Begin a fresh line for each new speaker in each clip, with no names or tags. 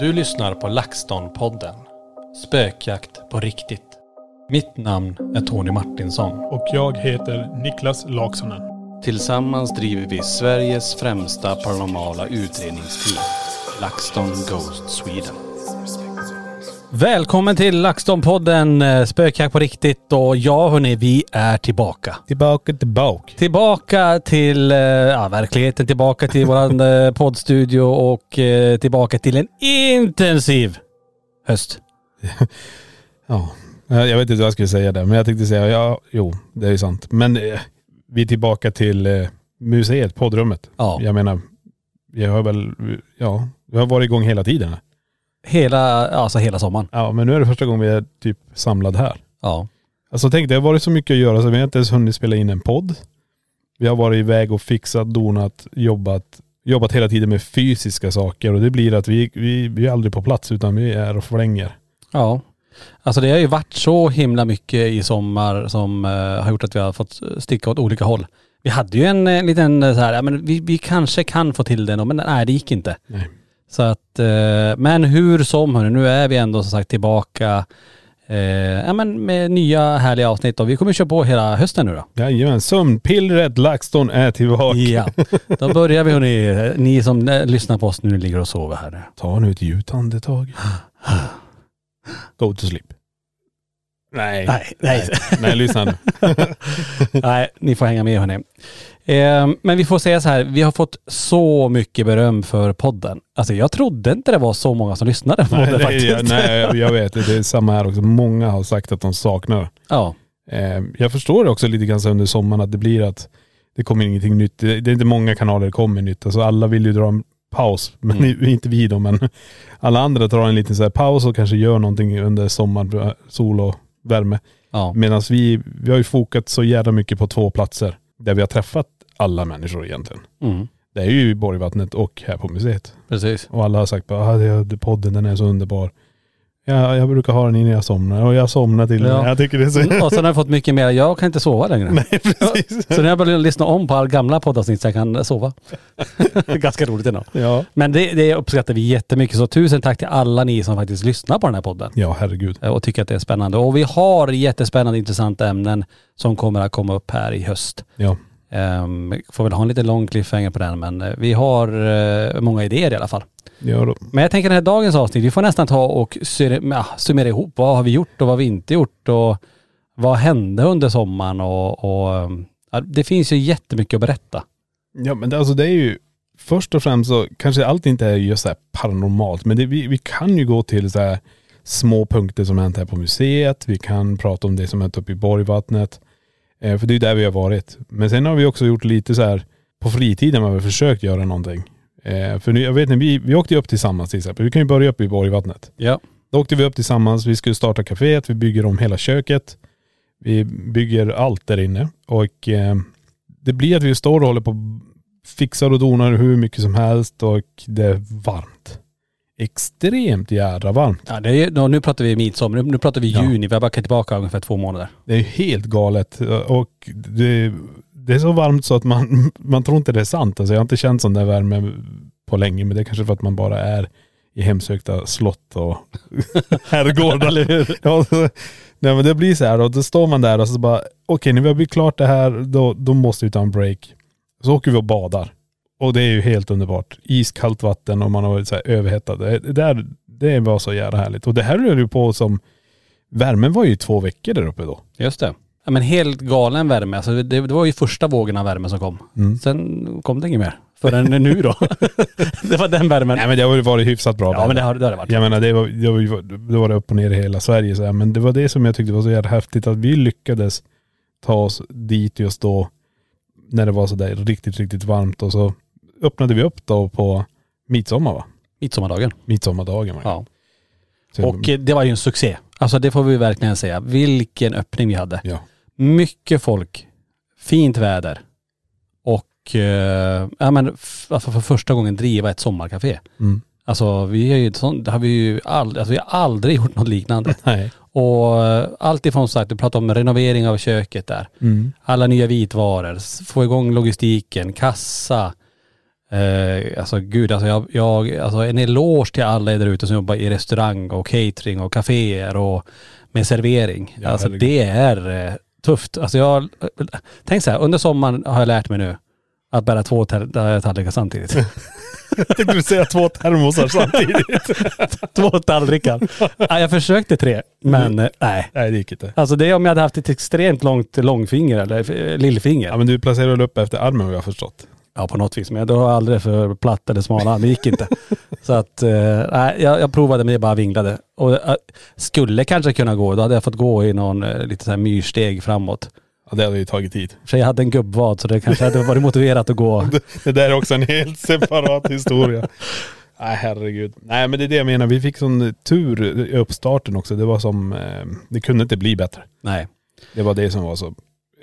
Du lyssnar på LaxTon-podden. Spökjakt på riktigt. Mitt namn är Tony Martinsson.
och jag heter Niklas Laksonen.
Tillsammans driver vi Sveriges främsta paranormala utredningsteam. LaxTon Ghost Sweden. Välkommen till LaxTon-podden eh, Spökjakt på riktigt. Och ja hörni, vi är tillbaka.
Tillbaka, tillbaka.
Tillbaka till eh, ja, verkligheten, tillbaka till våran eh, poddstudio och eh, tillbaka till en intensiv höst.
Ja. Eh, Jag vet inte vad jag skulle säga där, men jag tänkte säga, ja, jo, det är ju sant. Men eh, vi är tillbaka till eh, museet, poddrummet.
Ja.
Jag menar, jag har väl, ja, vi har varit igång hela tiden.
Hela, alltså hela sommaren.
Ja, men nu är det första gången vi är typ samlad här.
Ja.
Alltså tänk, det har varit så mycket att göra så vi har inte ens hunnit spela in en podd. Vi har varit iväg och fixat, donat, jobbat, jobbat hela tiden med fysiska saker och det blir att vi, vi, vi är aldrig på plats utan vi är och flänger.
Ja. Alltså det har ju varit så himla mycket i sommar som eh, har gjort att vi har fått sticka åt olika håll. Vi hade ju en eh, liten eh, så här, ja, men vi, vi kanske kan få till det, nå, men nej det gick inte.
Nej.
Så att, eh, men hur som hörni, nu är vi ändå som sagt tillbaka eh, ja, men med nya härliga avsnitt och vi kommer köra på hela hösten nu då.
Jajamän, sömnpillret LaxTon är tillbaka.
Ja, då börjar vi hörni. Ni som eh, lyssnar på oss nu ligger och sover här nu.
Ta nu ett djupt andetag. Go to sleep. Nej.
Nej, nej.
Nej, lyssna nu.
Nej, ni får hänga med hörni. Eh, men vi får säga så här, vi har fått så mycket beröm för podden. Alltså jag trodde inte det var så många som lyssnade på
Nej,
den
det är-
faktiskt.
nej, jag- jag vet. Det är samma här också. Många har sagt att de saknar
Ja,
Eh, Jag förstår det också lite grann så under sommaren att det blir att det kommer ingenting nytt. Det det är inte många kanaler det kommer nytt. Alltså alla vill ju dra en paus. Men
Mm.
inte vi då, men alla andra drar en liten så här paus och kanske gör någonting under sommaren, sol och värme.
ja,
Medan vi, vi har ju fokat så jävla mycket på två platser där vi har träffat alla människor egentligen.
Mm.
Det är ju i Borgvattnet och här på museet.
precis.
Och alla har sagt bara, ah, det- det- podden den är så underbar. Ja, jag brukar ha den innan jag somnar och jag somnar till
Ja.
ja. Jag tycker det är så..
Mm, Och sen har jag fått mycket mer, jag kan inte sova längre.
Nej, precis.
Så när jag börjar lyssna om på alla gamla poddavsnitt så jag kan sova. Ganska roligt ändå.
Ja.
Men det, det uppskattar vi jättemycket. Så tusen tack till alla ni som faktiskt lyssnar på den här podden.
Ja, herregud.
eh, och tycker att det är spännande. Och vi har jättespännande intressanta ämnen som kommer att komma upp här i höst.
Ja.
Ehm, får väl ha en lite lång cliffhanger på den men eh, vi har eh, många idéer i alla fall.
Ja, då.
Men jag tänker den här dagens avsnitt, vi får nästan ta och sur- ja, summera ihop. Vad har vi gjort och vad har vi inte gjort och vad hände under sommaren och, och ehm, ja, det finns ju jättemycket att berätta.
ja men det, alltså det är ju, först och främst så kanske allt inte är just så här paranormalt, men det, vi, vi kan ju gå till så här små punkter som hänt här på museet, vi kan prata om det som hänt uppe i Borgvattnet, eh, för det är ju där vi har varit. Men sen har vi också gjort lite så här, på fritiden har vi försökt göra någonting. Eh, för nu, jag vet inte, vi, vi åkte ju upp tillsammans till exempel, vi kan ju börja uppe i Borgvattnet.
Ja.
Då åkte vi upp tillsammans, vi skulle starta kaféet, vi bygger om hela köket. Vi bygger allt där inne och eh, det blir att vi står och håller på och fixar och donar hur mycket som helst och det är varmt. Extremt jädra varmt.
Ja, det är, ju- då- nu pratar vi midsommar, nu, nu pratar vi
Ja.
juni, vi har backat tillbaka ungefär två månader.
Det är helt galet. Och det, det är så varmt så att man, man tror inte det är sant. Alltså jag har inte känt sån där värme på länge. Men det är kanske för att man bara är i hemsökta slott och herrgårdar. eller hur? Ja, så- Nej men det blir så här då. Då står man där och så bara, okej när vi har blivit klart det här då, då måste vi ta en break. Så åker vi och badar. Och det är ju helt underbart. Iskallt vatten och man har varit så här överhettad. Det, det, där, det var så jävla härligt. Och det här rör ju på som, värmen var ju i två veckor där uppe då.
Just det. Ja, men helt galen värme. Alltså, det, det var ju första vågen av värme som kom. Sen kom det inget mer. Förrän nu då. det var den värmen.
Nej men det har ju varit hyfsat bra.
ja men det har det, har det varit.
Jag menar det var, det, var, ju- det var det upp och ner i hela Sverige så här. Men det var det som jag tyckte var så jävla häftigt att vi lyckades ta oss dit just då när det var så där riktigt, riktigt varmt och så öppnade vi upp då på midsommar va?
Midsommardagen.
Midsommardagen var det.
Ja.
Så-
Och eh, det var ju en succé. Alltså det får vi verkligen säga. Vilken öppning vi hade.
Ja.
Mycket folk, fint väder och eh, ja, men f- alltså för första gången driva ett sommarkafé.
Mm.
Alltså vi är ju ett sånt, det har vi ju aldrig, alltså, vi har aldrig gjort något liknande.
Nej.
Och eh, allt ifrån så att du pratar om renovering av köket där,
Mm.
alla nya vitvaror, s- få igång logistiken, kassa. Eh, alltså gud, alltså, jag, jag, alltså en eloge till alla er där ute som jobbar i restaurang och catering och kaféer och med servering.
Ja,
alltså
herregud.
det är eh, tufft. Alltså jag, tänk så här, under sommaren har jag lärt mig nu att bära två tall- tallrikar samtidigt.
Jag tänkte du säga två termosar samtidigt.
två tallrikar. Ja, jag försökte tre,
Mm.
men eh, nej.
Nej det gick inte.
Alltså det är om jag hade haft ett extremt långt långfinger eller eh, lillfinger.
Ja men du placerar väl upp efter armen vad jag har förstått.
Ja på något vis, men det var aldrig för platt eller smala. Det gick inte. så att, eh, nej, jag, jag provade men det bara vinglade. Och eh, skulle kanske kunna gå, då hade jag fått gå i någon eh, lite så här myrsteg framåt.
Ja, det hade ju tagit tid.
För jag hade en gubbvad så det kanske hade varit motiverat att gå.
Det där är också en helt separat historia. Nej herregud. Nej men det är det jag menar. Vi fick sån tur i uppstarten också. Det var som, eh, det kunde inte bli bättre.
Nej.
Det var det som var så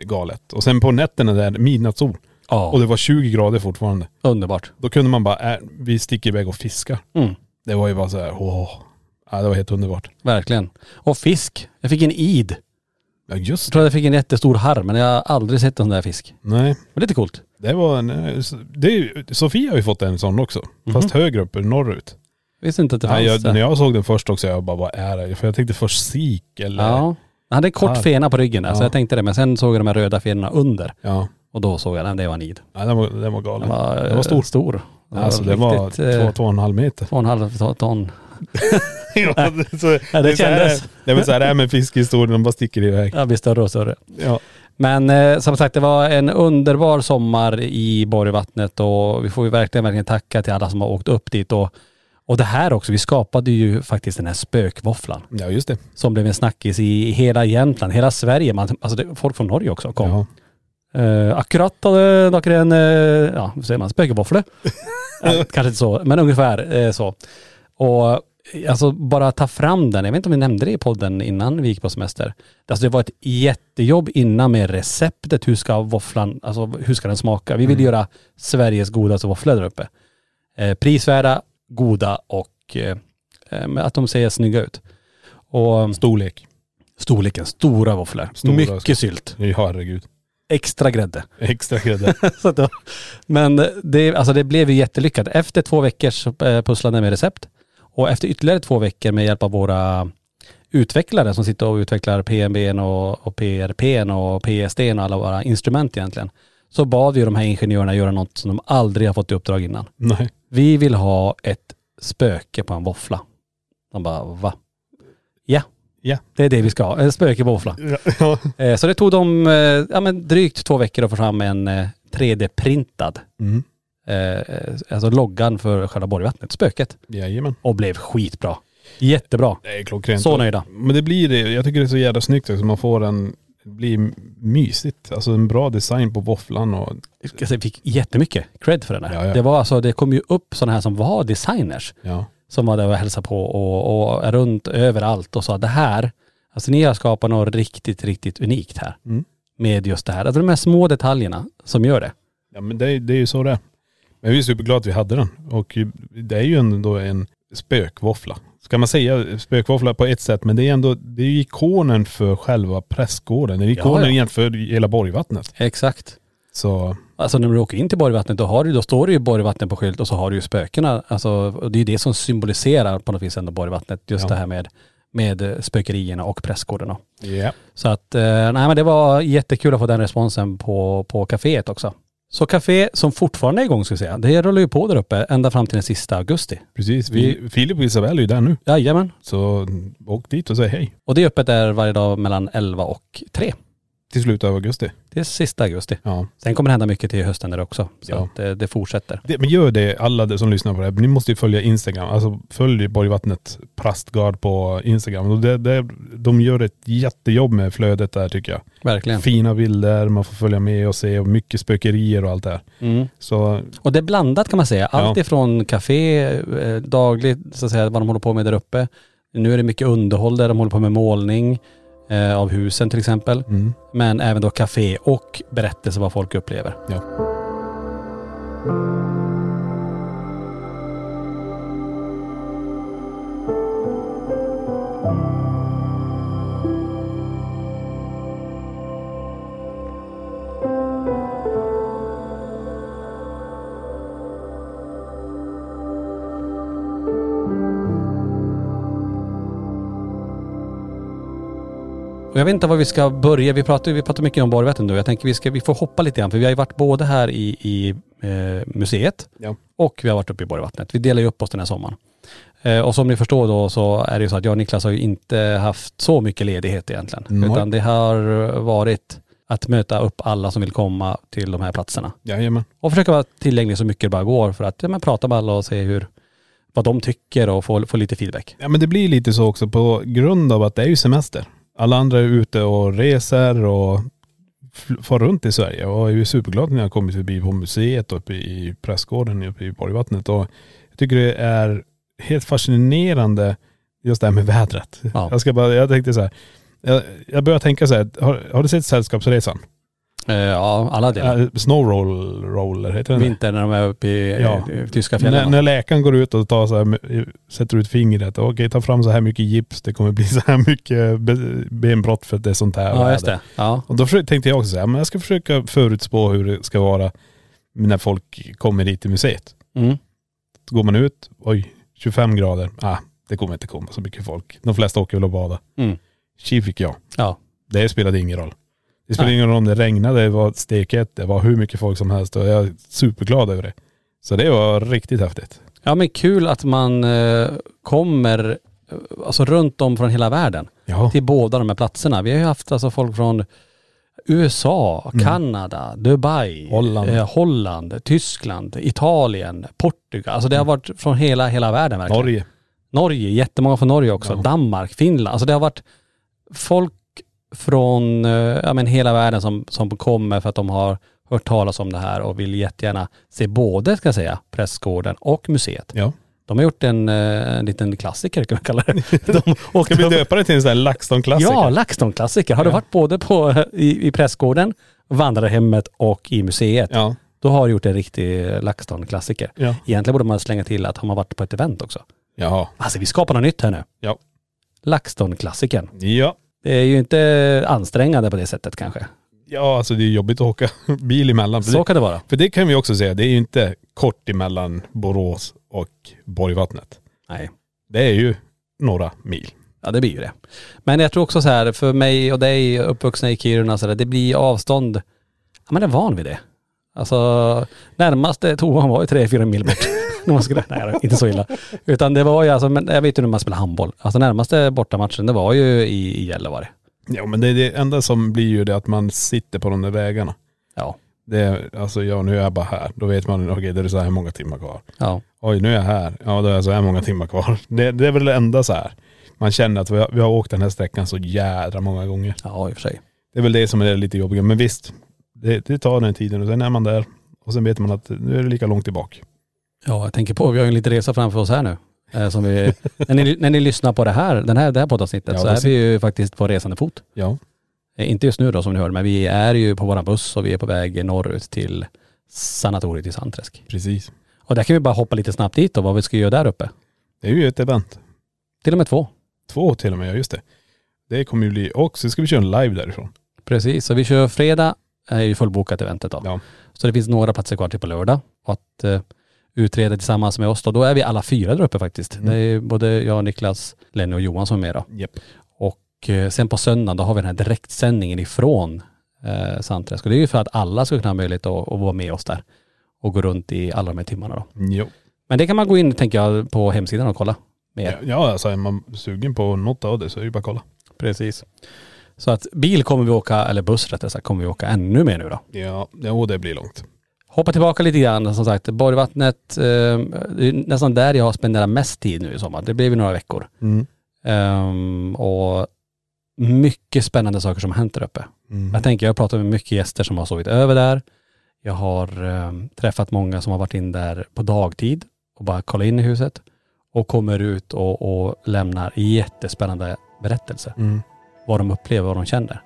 galet. Och sen på nätterna där, midnattssol. Och
Ja,
det var 20 grader fortfarande.
underbart.
Då kunde man bara, äh, vi sticker iväg och fiskar.
Mm.
Det var ju bara så här, åh. Ja, det var helt underbart.
Verkligen. Och fisk. Jag fick en id.
Ja
Jag
just det.
tror att jag fick en jättestor harr men jag har aldrig sett en sån där fisk.
Nej,
Men lite coolt.
det var en, eh, s- det är, ju- Sofia har ju fått en sån också. Fast högre upp, norrut.
Visste inte att det fanns.
Nej, jag,
där.
när jag såg den först också, jag bara, vad är det? För jag tänkte först sik eller..
Ja. Han hade en kort
Arr.
fena på ryggen där, så
Ja.
jag tänkte det. Men sen såg jag de här röda fenorna under.
Ja.
Och då såg jag, nej det var en id.
Nej, den var, den var galen.
Den var,
den var stor.
stor.
Alltså det var
eh, riktigt, eh,
två, två och en halv meter.
två och en halv ton- ton.
ja, det, så,
Ja, det
är så här-
kändes.
Det är väl så här det är med fiskhistorien, de bara sticker iväg.
Ja, blir större och större.
Ja.
Men eh, som sagt, det var en underbar sommar i Borgvattnet och vi får ju verkligen, verkligen tacka till alla som har åkt upp dit. Och, och det här också, vi skapade ju faktiskt den här spökvåfflan
ja, just det.
som blev en snackis i hela Jämtland, hela Sverige. Man, alltså det, folk från Norge också kom.
Ja.
Eh, akkurat hade noen, eh, ja, vad säger man, spökevåfflor. ja, kanske inte så, men ungefär eh, så. Och eh, alltså bara ta fram den, jag vet inte om vi nämnde det i podden innan vi gick på semester. Alltså det var ett jättejobb innan med receptet, hur ska våfflan, alltså hur ska den smaka? Vi vill
Mm.
göra Sveriges godaste våfflor där uppe. Eh, prisvärda, goda och eh, eh, men att de ser snygga ut. Och
Storlek.
storleken, stora våfflor.
Stora, alltså.
Mycket sylt,
Ja, herregud.
extra grädde.
Extra grädde.
Så att det var, men det, alltså det blev ju jättelyckat. Efter två veckors eh, pusslande med recept och efter ytterligare två veckor med hjälp av våra utvecklare som sitter och utvecklar PMBn och, och PRPn och PSDn och alla våra instrument egentligen. Så bad vi de här ingenjörerna göra något som de aldrig har fått i uppdrag innan.
Nej.
Vi vill ha ett spöke på en våffla. De bara va? Ja.
Ja.
Det är det vi ska ha, ett spöke på våffla.
Ja.
Eh, Så det tog dem eh, ja, men drygt två veckor att få fram en eh, 3D-printad,
Mm.
eh, eh, alltså loggan för själva Borgvattnet, spöket.
Jajamän.
Och blev skitbra. Jättebra.
Det är klockrent.
Så nöjda.
Men det blir det. Jag tycker det är så jävla snyggt också. Man får en, det blir mysigt. Alltså en bra design på våfflan och
Alltså, jag fick jättemycket cred för den här.
Ja, ja.
Det var alltså, det kom ju upp sådana här som var designers
ja.
som var där och hälsade på och, och runt överallt och sa det här, alltså ni har skapat något riktigt, riktigt unikt här.
Mm.
Med just det här. Alltså de här små detaljerna som gör det.
Ja men det, är- det är ju så det är. Men vi är superglada att vi hade den. Och det är ju ändå en spökvåffla. Ska man säga spökvåffla på ett sätt, men det är ändå, det är ju ikonen för själva prästgården. Det är ikonen
Ja, ja.
för hela Borgvattnet.
Exakt.
Så
Alltså när du åker in till Borgvattnet då, har du, då står det ju Borgvattnet på skylt och så har du ju spökena. Alltså och det är ju det som symboliserar på något vis ändå Borgvattnet. Just
Ja.
det här med, med eh, spökerierna och prästgården.
ja.
Så att, eh, nej men det var jättekul att få den responsen på, på kaféet också. Så kafé som fortfarande är igång ska jag säga, det rullar ju på där uppe ända fram till den sista augusti.
precis. Vi, Filip och Isabel är ju där nu.
Jajamän.
Så åk dit och säg hej.
Och det är öppet där varje dag mellan 11 och 3.
Till slutet av augusti.
Det är sista augusti.
Ja.
Sen kommer det hända mycket till hösten där också. Så
Ja.
att eh, det, det fortsätter.
Det, men gör det alla de som lyssnar på det här. Ni måste ju följa Instagram. Alltså följ Borgvattnet Prastgard på Instagram. Och det, det, de gör ett jättejobb med flödet där tycker jag.
Verkligen.
Fina bilder, man får följa med och se och mycket spökerier och allt det här.
Mm.
Så
Och det är blandat kan man säga. Allt
Ja.
ifrån café, eh, dagligt, så att säga, vad de håller på med där uppe. Nu är det mycket underhåll där de håller på med målning eh, av husen till exempel.
mm.
Men även då café och berättelser vad folk upplever. Och jag vet inte var vi ska börja. Vi pratar, vi pratar mycket om Borgvatten nu. Jag tänker vi, ska, vi får hoppa lite grann för vi har ju varit både här i, i eh, museet
Ja.
och vi har varit uppe i Borgvattnet. Vi delar ju upp oss den här sommaren. Eh, och som ni förstår då så är det ju så att jag och Niklas har ju inte haft så mycket ledighet egentligen.
Nej.
Utan det har varit att möta upp alla som vill komma till de här platserna.
jajamän.
Och försöka vara tillgänglig så mycket det bara går för att ja, men prata med alla och se hur, vad de tycker och få, få lite feedback.
Ja men det blir lite så också på grund av att det är ju semester. Alla andra är ute och reser och fl- far runt i Sverige och är ju superglad när jag har kommit förbi på museet och uppe i prästgården uppe i Borgvattnet. Och jag tycker det är helt fascinerande just det här med vädret.
Ja.
Jag, ska bara, jag tänkte så här, jag, jag börjar tänka så här, har, har du sett Sällskapsresan?
Eh, ja, alla delar.
Äh, Snowroll roller heter den.
Vinter när de är uppe i
Ja.
eh, tyska
När,
fjällen.
när läkaren går ut och tar så här, med- sätter ut fingret. Okej, ta fram så här mycket gips. Det kommer bli så här mycket be- benbrott för att det är sånt här
ja,
väder.
just det. Ja.
Och då försö- tänkte jag också så här, men jag ska försöka förutspå hur det ska vara när folk kommer hit till museet.
Mm.
Så går man ut, oj, 25 grader. Ah, det kommer inte komma så mycket folk. De flesta åker väl och badar.
Mm.
Tji fick jag.
Ja.
Det spelade ingen roll. Det spelade
Nej.
ingen roll om det regnade, det var steket, det var hur mycket folk som helst och jag är superglad över det. Så det var riktigt häftigt.
ja, men kul att man eh, kommer eh, alltså runt om från hela världen
Ja.
till båda de här platserna. Vi har ju haft alltså folk från USA, Kanada, Dubai,
Mm. Holland.
eh, Holland, Tyskland, Italien, Portugal. Alltså det
Mm.
har varit från hela, hela världen verkligen.
Norge.
Norge, jättemånga från Norge också.
Ja.
Danmark, Finland. Alltså det har varit folk från eh, ja, men hela världen som, som kommer för att de har hört talas om det här och vill jättegärna se både, ska jag säga, prästgården och museet.
Ja.
De har gjort en, eh, en liten klassiker kan man kalla det. De åkte
Ska vi
upp-
döpa det till en sån här LaxTon-klassiker?
Ja, LaxTon-klassiker. Har du
Ja.
varit både på, i, i prästgården, vandrarhemmet och i museet,
Ja.
då har du gjort en riktig LaxTon-klassiker.
Ja.
Egentligen borde man slänga till att har man varit på ett event också.
Jaha.
Alltså vi skapar något nytt här nu.
Ja.
LaxTon-klassikern.
Ja.
Det är ju inte ansträngande på det sättet kanske.
Ja, alltså det är jobbigt att åka bil emellan. För
Så
det,
kan det vara.
för det kan vi också säga, det är ju inte kort emellan Borås och Borgvattnet.
Nej.
Det är ju några mil.
Ja det blir ju det. Men jag tror också så här, för mig och dig uppvuxna i Kiruna så där, det blir avstånd. Ja men jag är van vid det. Alltså närmaste toan var ju tre, fyra mil bort. När man skulle, nej, inte så illa. Utan det var ju alltså, men jag vet ju när man spelar handboll. Alltså närmaste bortamatchen det var ju i, i Gällivare.
Ja, men det, är det enda som blir ju det att man sitter på de där vägarna.
Ja.
Det är, alltså ja, nu är jag bara här. Då vet man, okej, då är det så här många timmar kvar.
Ja.
Oj, nu är jag här. Ja, då är jag så här många
Mm.
timmar kvar. Det, det är väl det enda så här. Man känner att vi har, vi har åkt den här sträckan så jädra många gånger.
Ja i och för sig.
Det är väl det som är lite jobbigt. Men visst, det, det tar den tiden och sen är man där. Och sen vet man att nu är det lika långt tillbaka.
Ja, jag tänker på, vi har ju en liten resa framför oss här nu. eh, Som vi, när, ni, när ni lyssnar på det här, den här, det här poddavsnittet
Ja,
så
då
är vi ju faktiskt på resande fot.
Ja.
Eh, Inte just nu då som ni hör, men vi är ju på våran buss och vi är på väg norrut till sanatoriet i Sandträsk.
Precis.
Och där kan vi bara hoppa lite snabbt dit då, vad vi ska göra där uppe.
Det är ju ett event.
Till och med två.
Två till och med, ja just det. Det kommer ju bli, och så ska vi köra en live därifrån.
Precis, så vi kör fredag, eh, är ju fullbokat eventet då.
Ja.
Så det finns några platser kvar till på lördag. Och att eh, utreda tillsammans med oss då, då är vi alla fyra där uppe faktiskt.
Mm.
Det är både jag, Niklas, Lenny och Johan som är med då.
Japp.
Och eh, sen på söndagen då har vi den här direktsändningen ifrån eh, Sandträsk. Och det är ju för att alla ska kunna ha möjlighet att, att vara med oss där och gå runt i alla de här timmarna då.
Jo.
Men det kan man gå in, tänker jag, på hemsidan och kolla mer.
Ja, ja alltså är man sugen på något av det så är det ju bara att kolla.
Precis. Så att bil kommer vi åka, eller buss rättare sagt, kommer vi åka ännu mer nu då.
Ja, jo det blir långt.
Hoppa tillbaka lite grann som sagt. Borgvattnet, eh, det är nästan där jag har spenderat mest tid nu i sommar. Det blev ju några veckor.
Mm.
Ehm, och mycket spännande saker som har hänt där uppe.
Mm.
Jag tänker, jag har pratat med mycket gäster som har sovit över där. Jag har eh, träffat många som har varit in där på dagtid och bara kollat in i huset och kommer ut och, och lämnar jättespännande berättelser.
Mm.
Vad de upplever, vad de känner.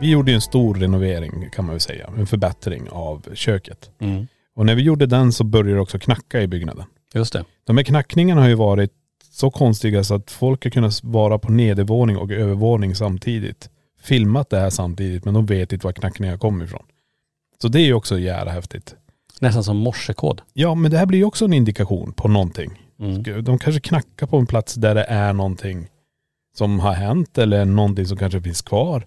Vi gjorde ju en stor renovering kan man väl säga. En förbättring av köket. Och när vi gjorde den så började det också knacka i byggnaden.
Just det.
De här knackningarna har ju varit så konstiga så att folk har kunnat vara på nedervåning och övervåning samtidigt. Filmat det här samtidigt men de vet inte var knackningarna kommer ifrån. Så det är ju också jävla häftigt.
Nästan som morsekod.
Ja men det här blir ju också en indikation på någonting.
Mm.
De kanske knackar på en plats där det är någonting som har hänt eller någonting som kanske finns kvar.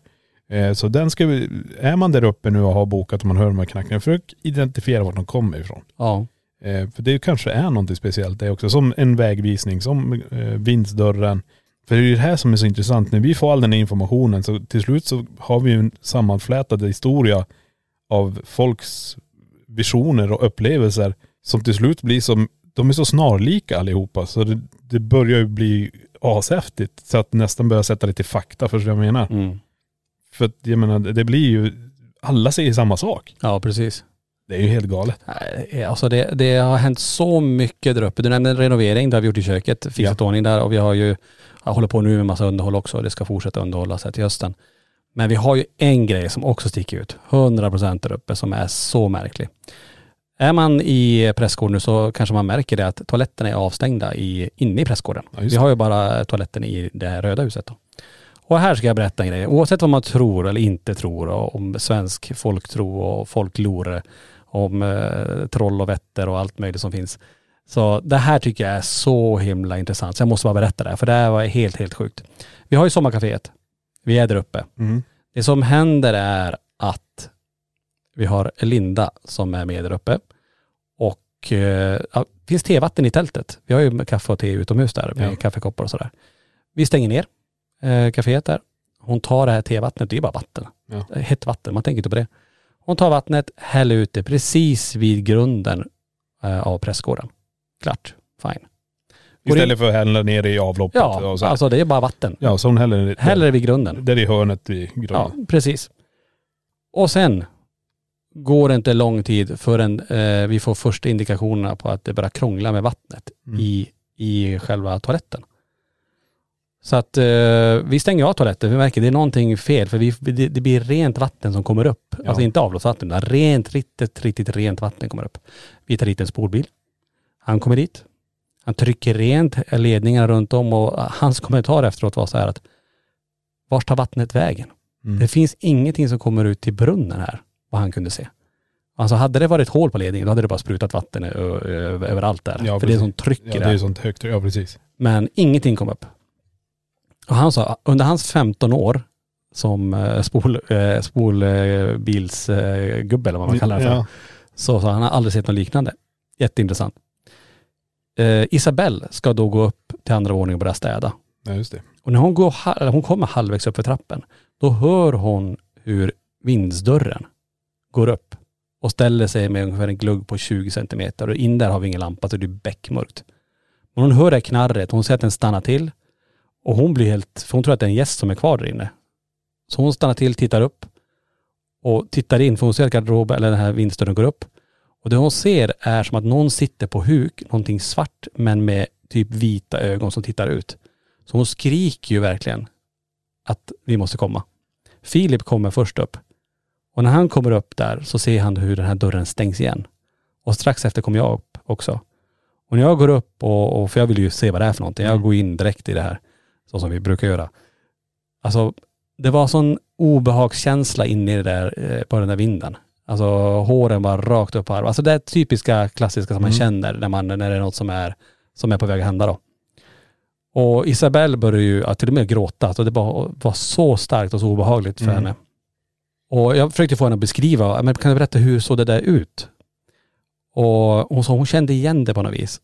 Eh, Så den ska vi, är man där uppe nu och har bokat och man hör de här knackningarna, försök identifiera vart de kommer ifrån.
Ja.
Eh, För det kanske är någonting speciellt det också, som en vägvisning, som eh, vindsdörren. För det är ju det här som är så intressant, när vi får all den här informationen så till slut så har vi ju en sammanflätad historia av folks visioner och upplevelser som till slut blir som, de är så snarlika allihopa så det, det börjar ju bli ashäftigt så att nästan börjar sätta det till fakta, förstår du vad jag menar?
Mm.
För att jag menar, det blir ju, alla säger samma sak.
Ja, precis.
Det är ju helt galet.
Nej, Alltså det, det har hänt så mycket där uppe. Du nämnde en renovering, det har vi gjort i köket, fixat ordning där och vi har ju, jag håller på nu med massa underhåll också, det ska fortsätta underhållas här till hösten. Men vi har ju en grej som också sticker ut, 100% där uppe, som är så märklig. Är man i prästgården nu så kanske man märker det att toaletterna är avstängda i, inne i prästgården.
Ja, just
vi
det.
har ju bara toaletten i det här röda huset då. Och här ska jag berätta en grej. Oavsett vad man tror eller inte tror och om svensk folktro och folklore, om eh, troll och vätter och allt möjligt som finns. Så det här tycker jag är så himla intressant. Så jag måste bara berätta det här, för det här var helt, helt sjukt. Vi har ju sommarkaféet. Vi är där uppe.
Mm.
Det som händer är att vi har Linda som är med där uppe. Och eh, ja, det finns tevatten i tältet. Vi har ju kaffe och te utomhus där med
Ja.
kaffekoppar och sådär. Vi stänger ner eh, kaféet där. Hon tar det här tevattnet, det är bara vatten.
Ja.
Hett vatten, man tänker inte på det. Hon tar vattnet, häller ut det precis vid grunden eh, av pressgården. Klart, fine. Går in-
Istället för att hälla ner i avloppet.
Ja,
och så här.
alltså det är bara vatten.
Ja, så hon häller,
Häller det vid grunden.
där i hörnet i
Ja,
grunden.
precis. Och sen går det inte lång tid förrän eh, vi får första indikationerna på att det börjar krångla med vattnet i, i själva toaletten. Så att eh, vi stänger av toaletten, vi märker det är någonting fel för vi, det, det blir rent vatten som kommer upp.
Ja.
Alltså inte avloppsvatten utan rent, riktigt, riktigt rent vatten kommer upp. Vi tar dit en spolbil. Han kommer dit. Han trycker rent ledningarna runt om och hans kommentar efteråt var så här att vart tar vattnet vägen?
Mm.
Det finns ingenting som kommer ut till brunnen här, vad han kunde se. Alltså hade det varit hål på ledningen, då hade det bara sprutat vatten ö- ö- överallt där.
Ja,
För det är
precis.
sånt tryck i
Ja,
det
det är
här.
ju sånt högt Ja, precis.
Men ingenting kom upp. Och han sa, under hans 15 år som eh, spol, eh, spolbilsgubbe eh, gubbe eller vad man kallar det för,
Ja.
så, så han har aldrig sett något liknande. Jätteintressant. Eh, Isabelle ska då gå upp till andra våningen och börja städa.
ja, just det.
Och när hon, går, ha- eller hon kommer halvvägs upp för trappen, då hör hon hur vindsdörren går upp och ställer sig med ungefär en glugg på 20 centimeter och in där har vi ingen lampa så det är beckmörkt. Men hon hör det här knarret, hon ser att den stannar till och hon blir helt, för hon tror att det är en gäst som är kvar där inne. Så hon stannar till, tittar upp och tittar in för hon ser att garderoben, eller den här vindsdörren går upp. Och det hon ser är som att någon sitter på huk, någonting svart men med typ vita ögon som tittar ut. Så hon skriker ju verkligen att vi måste komma. Filip kommer först upp. Och när han kommer upp där så ser han hur den här dörren stängs igen. Och strax efter kommer jag upp också. Och när jag går upp, och, och för jag vill ju se vad det är för någonting, jag går in direkt i det här, så som vi brukar göra. Alltså, det var sån obehagskänsla inne i det där, eh, på den där vinden. Alltså håren bara rakt upp på armen. Alltså det är typiska klassiska som man känner när, man, när det är något som är, som är på väg att hända då. Och Isabelle började ju att till och med gråta. Alltså det var, var så starkt och så obehagligt för henne. Och jag försökte få henne att beskriva, men kan du berätta hur såg det där ut? Och hon sa hon kände igen det på något vis.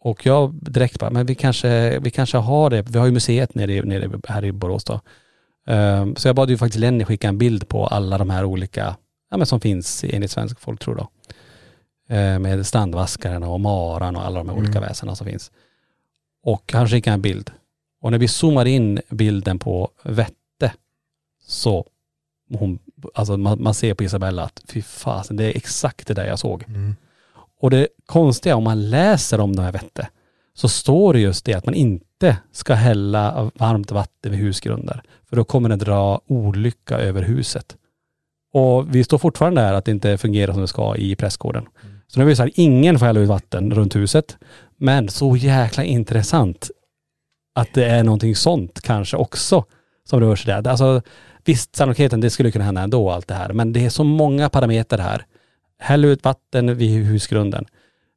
Och jag direkt bara, men vi kanske, vi kanske har det, vi har ju museet nere, i- nere i- här i Borås då. Ehm, så jag bad ju faktiskt Lenny skicka en bild på alla de här olika, ja men som finns enligt svensk folktro då. Ehm, med strandvaskaren och maran och alla de här olika väsena som finns. Och han skickade en bild. Och när vi zoomar in bilden på Vätte så hon, alltså man, man ser på Isabella att fy fasen, det är exakt det där jag såg. Och det konstiga om man läser om de här Vätte så står det just det att man inte ska hälla varmt vatten vid husgrunder. För då kommer det dra olycka över huset. Och vi står fortfarande där att det inte fungerar som det ska i prästgården. Så nu är vi så här, ingen får hälla ut vatten runt huset. Men så jäkla intressant att det är någonting sånt kanske också som rör sig där. Alltså visst, sannolikheten det skulle kunna hända ändå allt det här. Men det är så många parametrar här. Häll ut vatten vid husgrunden.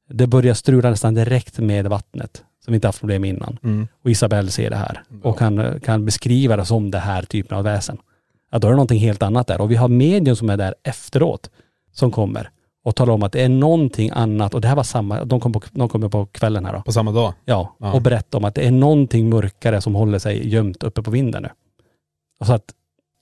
Det börjar strula nästan direkt med vattnet som vi inte haft problem med innan. Och Isabelle ser det här och kan, kan beskriva det som det här typen av väsen. Ja, då är det någonting helt annat där. Och vi har medium som är där efteråt som kommer och talar om att det är någonting annat. Och det här var samma, de kom på, de kom på kvällen här då.
På samma dag.
Ja,
Ja.
och berätta om att det är någonting mörkare som håller sig gömt uppe på vinden nu. Och Så att,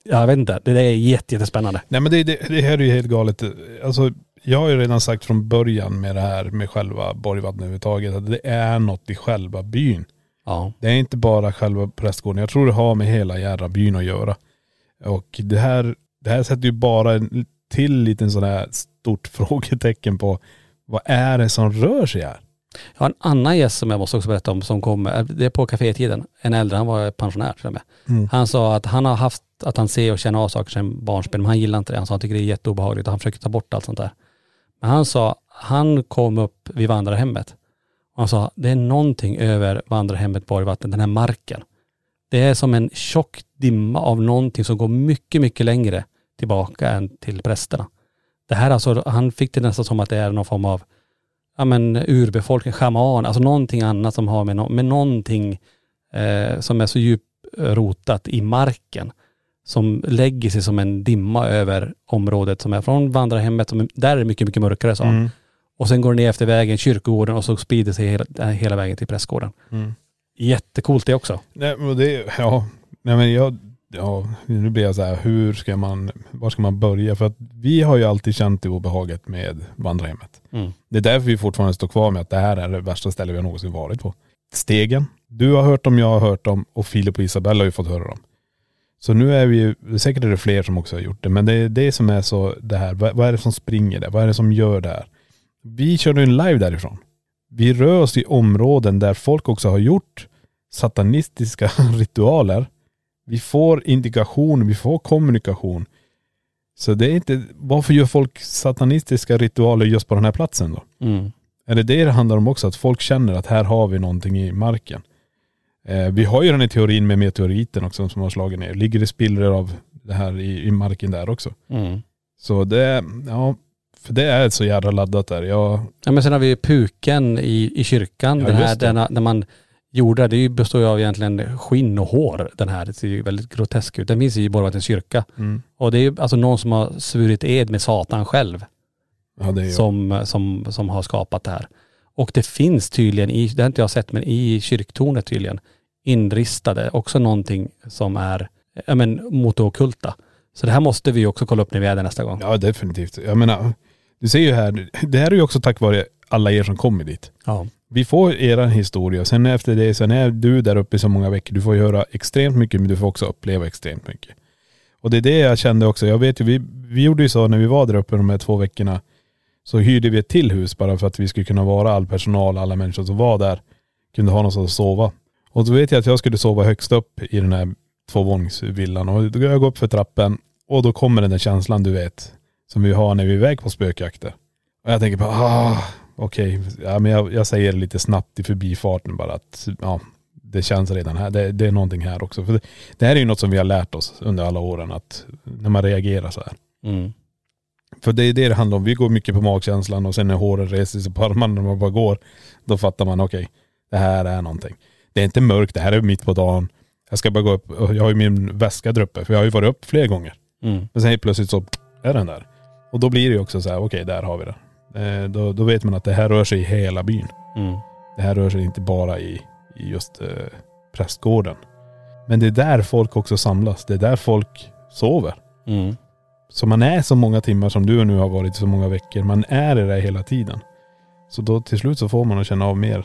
ja, jag vet inte, det där är jätte, jättespännande.
Nej men det, det, det här är ju helt galet. Alltså, jag har ju redan sagt från början med det här med själva Borgvattnet överhuvudtaget att det är något i själva byn.
Ja,
Det är inte bara själva prästgården. Jag tror det har med hela jädra byn att göra. Och det här, det här sätter ju bara en till liten sån här stort frågetecken på vad är det som rör sig här?
jag har en annan gäst som jag måste också berätta om som kommer, det är på kafétiden. En äldre, han var pensionär till och med. Han sa att han har haft, att han ser och känner av saker sedan barnsben, men han gillar inte det. Han sa att han tycker det är jätteobehagligt och han försöker ta bort allt sånt där. Men han sa, han kom upp vid vandrarhemmet. Och han sa, det är någonting över vandrarhemmet Borgvatten, den här marken. Det är som en tjock dimma av någonting som går mycket, mycket längre tillbaka än till prästerna. Det här alltså, han fick det nästan som att det är någon form av ja men urbefolkning, schaman, alltså någonting annat som har med, no- med någonting eh, som är så djupt rotat i marken som lägger sig som en dimma över området som är från vandrarhemmet, som, där är det mycket, mycket mörkare sa han. Och sen går det ner efter vägen, kyrkogården och så sprider sig hela, hela vägen till prästgården. Jättecoolt det också.
Nej men det, ja, nej men jag, ja, nu blir jag så här, hur ska man, var ska man börja? För att vi har ju alltid känt det obehaget med vandrarhemmet.
Mm.
Det är därför vi fortfarande står kvar med att det här är det värsta stället vi har någonsin varit på. Stegen, du har hört dem, jag har hört dem och Filip och Isabella har ju fått höra dem. Så nu är vi ju, säkert är det fler som också har gjort det, men det är det som är så det här, vad, vad är det som springer där? Vad är det som gör det här? Vi körde ju en live därifrån. Vi rör oss i områden där folk också har gjort satanistiska ritualer. Vi får indikation, vi får kommunikation. Så det är inte, varför gör folk satanistiska ritualer just på den här platsen då?
Mm.
Är det det det handlar om också? Att folk känner att här har vi någonting i marken. Eh, vi har ju den här teorin med meteoriten också som har slagit ner. Ligger det spillror av det här i, i marken där också?
Mm.
Så det, ja, för det är så jävla laddat där. Jag,
Ja, men sen har vi ju puken i, i kyrkan.
Ja,
den här,
just det.
denna, när man gjorde, det består ju av egentligen skinn och hår. Den här, det ser ju väldigt grotesk ut. Den finns ju i Borgvattens kyrka.
Mm.
Och det är ju alltså någon som har svurit ed med Satan själv
ja, det är jag.
som, som, som har skapat det här. Och det finns tydligen, i, det har inte jag sett, men i kyrktornet tydligen inristade också någonting som är ja, men, mot det ockulta. Så det här måste vi också kolla upp när vi är där nästa gång.
Ja, definitivt. Jag menar, du ser ju här, det här är ju också tack vare alla er som kommer dit.
Ja.
Vi får era historia. Sen efter det, sen är du där uppe i så många veckor. Du får ju höra extremt mycket, men du får också uppleva extremt mycket. Och det är det jag kände också. Jag vet ju, vi, vi gjorde ju så när vi var där uppe de här två veckorna, så hyrde vi ett till hus bara för att vi skulle kunna vara all personal, alla människor som var där, kunde ha någonstans att sova. Och då vet jag att jag skulle sova högst upp i den här tvåvåningsvillan. Och då går jag upp för trappen och då kommer den där känslan du vet, som vi har när vi är iväg på spökjakter. Och jag tänker bara, ah, okej, ja, men jag, jag säger det lite snabbt i förbifarten bara att, ja, det känns redan här. Det, det är någonting här också. För det, det här är ju något som vi har lärt oss under alla åren, att när man reagerar så här.
Mm.
För det är det det handlar om. Vi går mycket på magkänslan och sen när håren reser sig på armarna när man bara går, då fattar man okej, det här är någonting. Det är inte mörkt, det här är mitt på dagen. Jag ska bara gå upp, och jag har ju min väska där uppe, för jag har ju varit upp fler gånger.
Mm.
Men sen helt plötsligt så är den där. Och då blir det ju också så här, okej där har vi den. Eh, då, då vet man att det här rör sig i hela byn.
Mm.
Det här rör sig inte bara i, i just eh, prästgården. Men det är där folk också samlas. Det är där folk sover.
Mm.
Så man är så många timmar som du nu har varit i så många veckor. Man är i det där hela tiden. Så då till slut så får man att känna av mer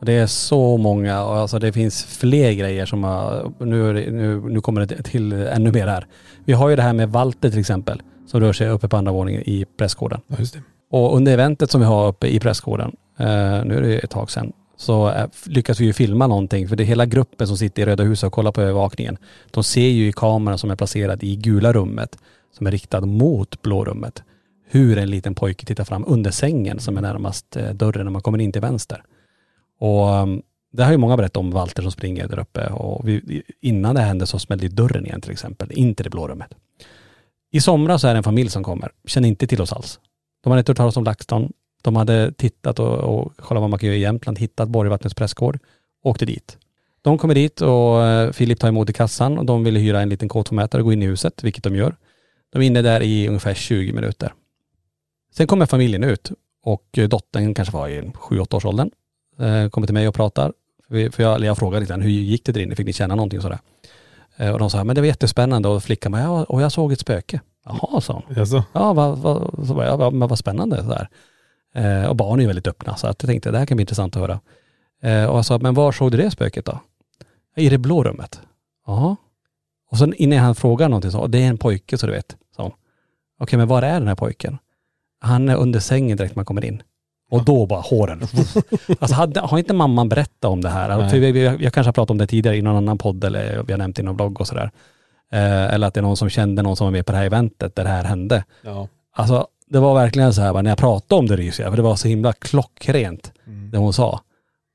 Det är så många och alltså det finns fler grejer som har, nu, är det- nu, nu kommer det till ännu mer här. Vi har ju det här med Walter till exempel som rör sig uppe på andra våningen i prästgården.
Ja, just det.
Och under eventet som vi har uppe i prästgården, eh, nu är det ett tag sedan, så eh, lyckas vi ju filma någonting. För det är hela gruppen som sitter i Röda huset och kollar på övervakningen. De ser ju i kameran som är placerad i gula rummet, som är riktad mot blå rummet, hur en liten pojke tittar fram under sängen som är närmast eh, dörren när man kommer in till vänster. Och um, det har ju många berättat om Walter som springer där uppe och vi, innan det hände så smällde ju dörren igen till exempel, inte det blå rummet. I somras så är det en familj som kommer, känner inte till oss alls. De hade inte hört talas om LaxTon. De hade tittat och, och kollat vad man kan göra i Jämtland, hittat Borgvattnets prästgård, åkte dit. De kommer dit och eh, Filip tar emot i kassan och de ville hyra en liten K2-mätare och gå in i huset, vilket de gör. De är inne där i ungefär 20 minuter. Sen kommer familjen ut och eh, dottern kanske var i 7-8 års åldern, eh, kommer till mig och pratar. För vi- För jag, eller jag frågade lite grann, hur gick det där inne, fick ni känna någonting och sådär? Eh, Och de sa, men det var jättespännande och flickan bara, ja, och jag såg ett spöke. Jaha, sa hon.
Alltså,
Ja, vad, vad, så bara, ja, vad, men vad spännande. Så där. Eh, och barn är ju väldigt öppna, så att jag tänkte det här kan bli intressant att höra. Eh, och jag sa, men var såg du det spöket då? I det blå rummet. Jaha. Och sen innan han frågar någonting så, det är en pojke så du vet, sa hon. Okej, men var är den här pojken? Han är under sängen direkt när man kommer in. Och då bara håren. Alltså hade, har inte mamman berättat om det här?
Nej.
För jag, jag, jag kanske har pratat om det tidigare i någon annan podd eller vi har nämnt i någon blogg och sådär. Eh, eller att det är någon som kände någon som var med på det här eventet där det här hände.
Ja.
Alltså det var verkligen så här, va, när jag pratade om det ryser jag, för det var så himla klockrent
Mm.
det hon sa.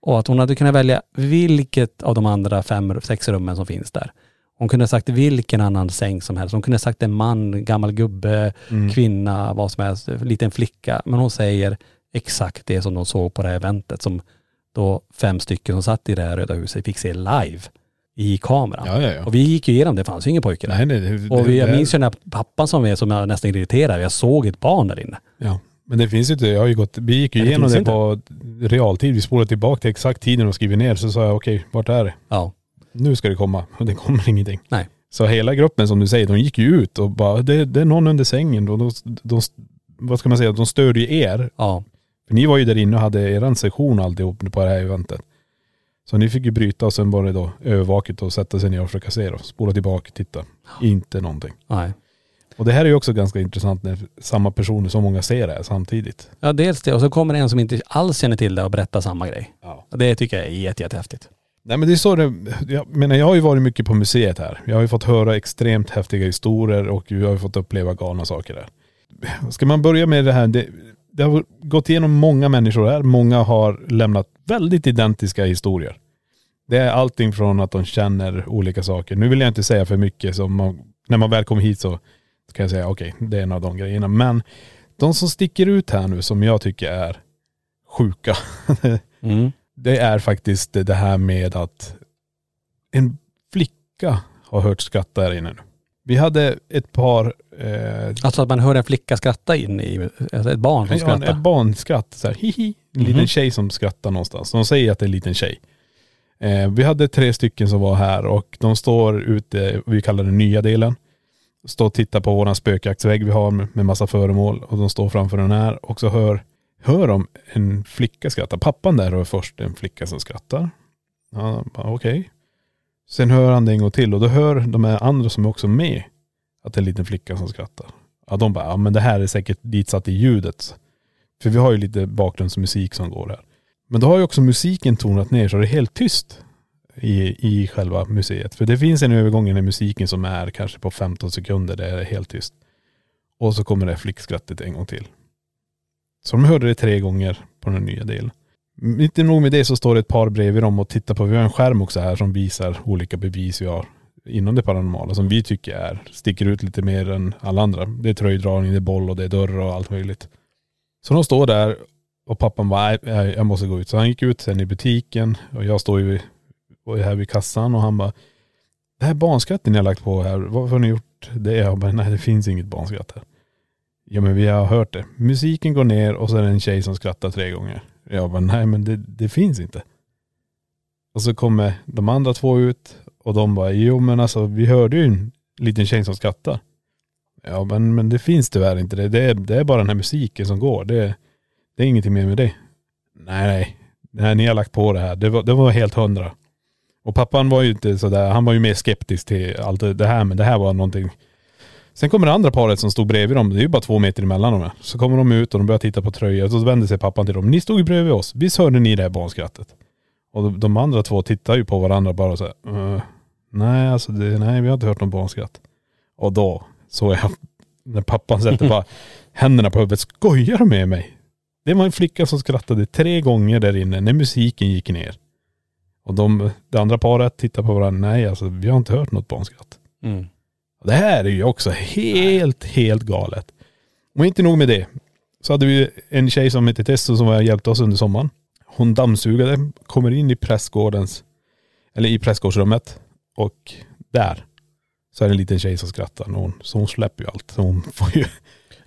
Och att hon hade kunnat välja vilket av de andra fem, sex rummen som finns där. Hon kunde ha sagt vilken annan säng som helst. Hon kunde ha sagt en man, gammal gubbe,
Mm.
kvinna, vad som helst, liten flicka. Men hon säger exakt det som de såg på det här eventet som då fem stycken som satt i det här röda huset fick se live i kameran.
Ja, ja, ja.
Och vi gick ju igenom det, fanns ju ingen pojke där.
Nej, nej, det,
Och
det,
vi, jag
det-
minns ju den här pappan som, är, som jag nästan irriterade. Jag såg ett barn där inne.
Ja. Men det finns ju inte, jag har ju gått, vi gick ju
Nej, det
igenom
finns
det
inte.
på realtid. Vi spolade tillbaka till exakt tiden och skriver ner. Så sa jag okej, vart är det?
Ja.
Nu ska det komma. Och det kommer ingenting.
Nej.
Så hela gruppen som du säger, de gick ju ut och bara, det, det är någon under sängen. De, de, de, vad ska man säga, de störde ju er.
Ja.
För ni var ju där inne och hade er session alltihop på det här eventet. Så ni fick ju bryta och sen var det då övervaket och sätta sig ner och försöka se då. Spola tillbaka, titta. Inte någonting.
Nej.
Och det här är ju också ganska intressant när samma personer, så många ser det här samtidigt.
Ja, dels det. Och så kommer det en som inte alls känner till det och berättar samma grej.
Ja.
Det tycker jag är jätte, jättehäftigt.
Nej men det är så det, jag menar jag har ju varit mycket på museet här. Jag har ju fått höra extremt häftiga historier och jag har ju fått uppleva galna saker där. Ska man börja med det här, det, det har gått igenom många människor här. Många har lämnat väldigt identiska historier. Det är allting från att de känner olika saker. Nu vill jag inte säga för mycket, så man, när man väl kommer hit så kan jag säga okej, det är en av de grejerna. Men de som sticker ut här nu som jag tycker är sjuka,
Mm.
det är faktiskt det här med att en flicka har hört skratta här inne nu. Vi hade ett par, eh,
Alltså att man hör en flicka skratta in i, alltså ett barn som
ja, en- ett
skrattar.
barnskratt så här, hihi. En liten
Mhm.
tjej som skrattar någonstans. De säger att det är en liten tjej. Eh, vi hade tre stycken som var här och de står ute, vi kallar den nya delen. Står och tittar på våran spökjaktsvägg vi har med, med massa föremål och de står framför den här och så hör, hör de en flicka skratta. Pappan där hör först en flicka som skrattar. Ja, bara, okej. Sen hör han det en gång till och då hör de här andra som är också med att det är en liten flicka som skrattar. Ja de bara, ja men det här är säkert ditsatt i ljudet. För vi har ju lite bakgrundsmusik som går här. Men då har ju också musiken tonat ner så det är helt tyst i, i själva museet. För det finns en övergång i musiken som är kanske på 15 sekunder där det är helt tyst. Och så kommer det här flickskrattet en gång till. Så de hörde det tre gånger på den nya delen. Men Inte nog med det så står det ett par bredvid dem och tittar på, vi har en skärm också här som visar olika bevis vi har inom det paranormala som vi tycker är, sticker ut lite mer än alla andra. Det är tröjdragning, det är boll och det är dörrar och allt möjligt. Så de står där och pappan bara, "Nej, jag jag måste gå ut. Så han gick ut sen i butiken och jag står ju var ju här vid kassan och han bara, det här barnskratten ni har lagt på här, varför har ni gjort det? Jag bara, nej det finns inget barnskratt här. Ja men vi har hört det. Musiken går ner och så är det en tjej som skrattar tre gånger. Jag bara, nej men det, det finns inte. Och så kommer de andra två ut och de bara, jo men alltså vi hörde ju en liten tjej som skrattar. Ja men, men det finns tyvärr inte det. Det är, det är bara den här musiken som går. Det, det är ingenting mer med det. Nej nej, nej ni har lagt på det här. Det var, det var helt hundra. Och pappan var ju inte sådär, han var ju mer skeptisk till allt det här, men det här var någonting. Sen kommer det andra paret som stod bredvid dem, det är ju bara två meter emellan dem. här. Så kommer de ut och de börjar titta på tröjor och så vänder sig pappan till dem. Ni stod ju bredvid oss, visst hörde ni det här barnskrattet? Och de- de andra två tittar ju på varandra bara så här, "Eh, nej alltså det, nej vi har inte hört något barnskratt. Och då såg jag när pappan sätter bara händerna på huvudet, skojar du med mig? Det var en flicka som skrattade tre gånger där inne när musiken gick ner. Och de, det andra paret tittar på varandra. Nej, alltså vi har inte hört något barnskratt.
Mm.
Och Det här är ju också helt, helt galet. Och inte nog med det. Så hade vi en tjej som hette Testo som var- hjälpte oss under sommaren. Hon dammsugade, kommer in i prästgårdens, eller i prästgårdsrummet och där så är det en liten tjej som skrattar. Och Hon, så hon släpper ju allt. Så Hon får ju,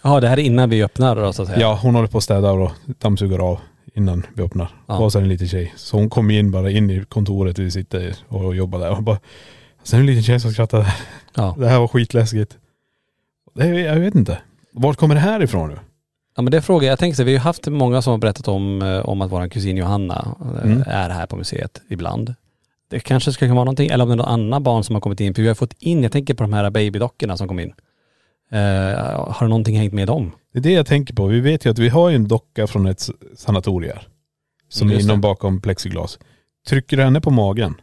Ja, det här är innan vi öppnar då, så att säga.
ja, hon håller på att städa och dammsuger av innan vi öppnar.
Ja.
Och så är det en liten tjej. Så hon kom in bara in i kontoret vi sitter och jobbar där och bara, sen är det en liten tjej som skrattar där.
ja.
Det här var skitläskigt. Det, jag vet inte. Vart kommer det här ifrån nu?
Ja men det frågar jag. Jag tänker så här, vi har ju haft många som har berättat om, eh, om att vår kusin Johanna eh,
Mm.
är här på museet ibland. Det kanske ska kunna vara någonting, eller om det är någon annan barn som har kommit in. För vi har fått in, jag tänker på de här babydockorna som kom in. Eh, Eh, har någonting hängt med dem?
Det är det jag tänker på. Vi vet ju att vi har ju en docka från ett sanatorium här, Som
Mm, Just
är inom
det.
bakom plexiglas. Trycker du henne på magen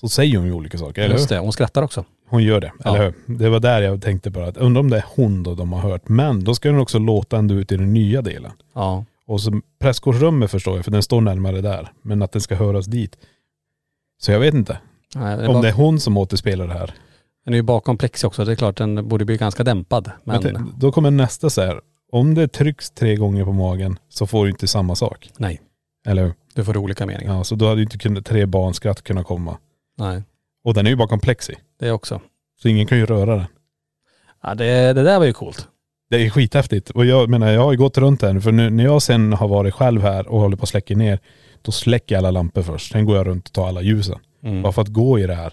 så säger hon ju olika saker, eller
Just
hur?
det, hon skrattar också.
Hon gör det,
Ja.
eller hur? Det var där jag tänkte bara att undrar om det är hon då de har hört. Men då ska den också låta ändå ut i den nya delen.
Ja.
Och så prästgårdsrummet förstår jag, för den står närmare där. Men att den ska höras dit. Så jag vet inte
Nej, det är
om
bara,
det är hon som återspelar det här.
Den är ju bakom plexi också, det är klart den borde bli ganska dämpad. Men,
Men te- då kommer nästa så här. Om det trycks tre gånger på magen så får du inte samma sak.
nej,
Eller hur?
du får olika meningar.
Ja, så då hade ju inte kunnat, tre barnskratt kunnat komma.
Nej,
Och den är ju bakom plexi.
det också.
Så ingen kan ju röra den.
Ja, det, det där var ju coolt.
Det är skithäftigt. Och jag menar, jag har ju gått runt här nu. För nu, när jag sen har varit själv här och håller på att släcka ner, då släcker jag alla lampor först. Sen går jag runt och tar alla ljusen.
Mm.
Bara för att gå i det här.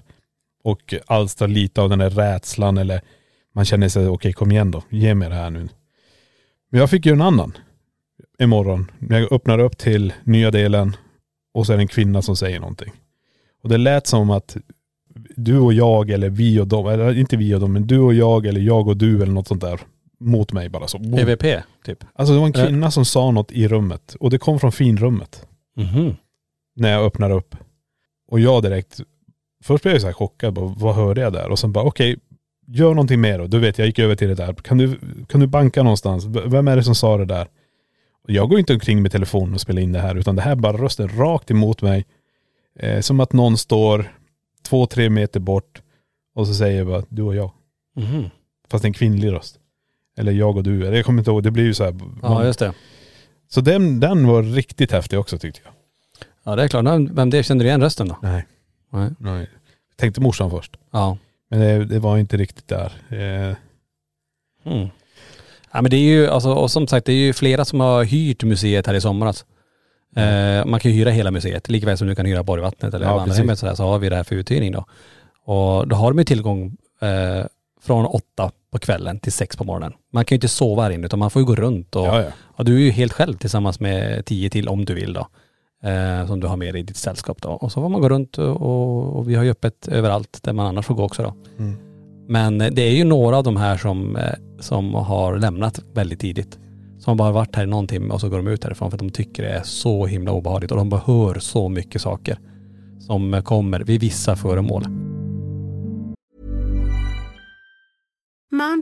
Och alstra lite av den där rädslan eller man känner sig, okej kom igen då, ge mig det här nu. Men jag fick ju en annan imorgon. När jag öppnade upp till nya delen och så är det en kvinna som säger någonting. Och det lät som att du och jag eller vi och dem, eller inte vi och dem, men du och jag eller jag och du eller något sånt där mot mig bara så.
PVP, typ.
Alltså det var en kvinna som sa något i rummet och det kom från finrummet
Mhm.
när jag öppnar upp. Och jag direkt, först blev jag så här chockad, bara, vad hörde jag där? Och sen bara okej, gör någonting mer då. Du vet, jag gick över till det där. Kan du, kan du banka någonstans? V- Vem är det som sa det där? Och jag går inte omkring med telefonen och spelar in det här, utan det här är bara rösten rakt emot mig. Eh, som att någon står två, tre meter bort och så säger jag bara, du och jag.
Mhm.
Fast en kvinnlig röst. Eller jag och du. Eller jag kommer inte ihåg, det blir ju så här.
Ja, just det.
Så den, den var riktigt häftig också tyckte jag.
Ja, det är klart. Vem vem det kände du igen rösten då?
Nej.
Nej.
Nej. Tänkte morsan först.
Ja.
Men det, det var inte riktigt där. Eh, Hmm.
Mm. Ja men det är ju, alltså, och som sagt det är ju flera som har hyrt museet här i somras. Eh, man kan ju hyra hela museet, likväl som du kan hyra Borgvattnet eller
Mm. Ja,
ja,
precis.
hemmet sådär, så har vi det här för uthyrning då. Och då har de ju tillgång eh, från åtta på kvällen till sex på morgonen. Man kan ju inte sova här inne utan man får ju gå runt och,
ja, ja.
Ja, du är ju helt själv tillsammans med tio till om du vill då. Eh, som du har med dig i ditt sällskap då. Och så får man gå runt och, och vi har ju öppet överallt där man annars får gå också då.
Mm.
Men eh, det är ju några av de här som, eh, som har lämnat väldigt tidigt. Som bara har varit här i någon timme och så går de ut härifrån för att de tycker det är så himla obehagligt och de bara hör så mycket saker som eh, kommer vid vissa föremål.
Mom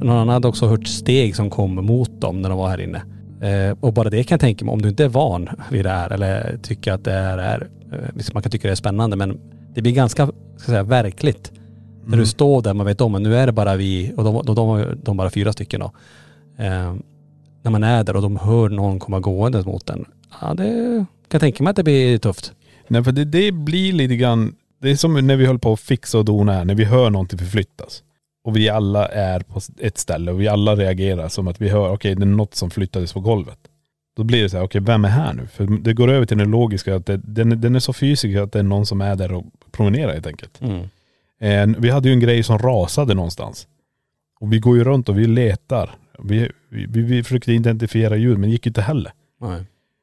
Någon annan hade också hört steg som kom mot dem när de var här inne. Eh, och bara det kan jag tänka mig, om du inte är van vid det här eller tycker att det här är, eh, visst man kan tycka det är spännande men det blir ganska, ska jag säga, verkligt.
Mm.
När du står där, man vet om att nu är det bara vi och de, de, de, de bara fyra stycken då. Eh, när man är där och de hör någon komma gående mot den. Ja det kan jag tänka mig att det blir tufft.
Nej för det, det blir lite grann, det är som när vi höll på att fixa och dona här, när vi hör någonting förflyttas. Och vi alla är på ett ställe och vi alla reagerar som att vi hör, okej det är något som flyttades på golvet. Då blir det så här, okej vem är här nu? För det går över till den logiska, att det, den, den är så fysisk att det är någon som är där och promenerar helt enkelt.
Mm.
En, vi hade ju en grej som rasade någonstans. Och vi går ju runt och vi letar. Vi, vi, vi- vi försökte identifiera ljud men det gick ju inte heller.
Nej.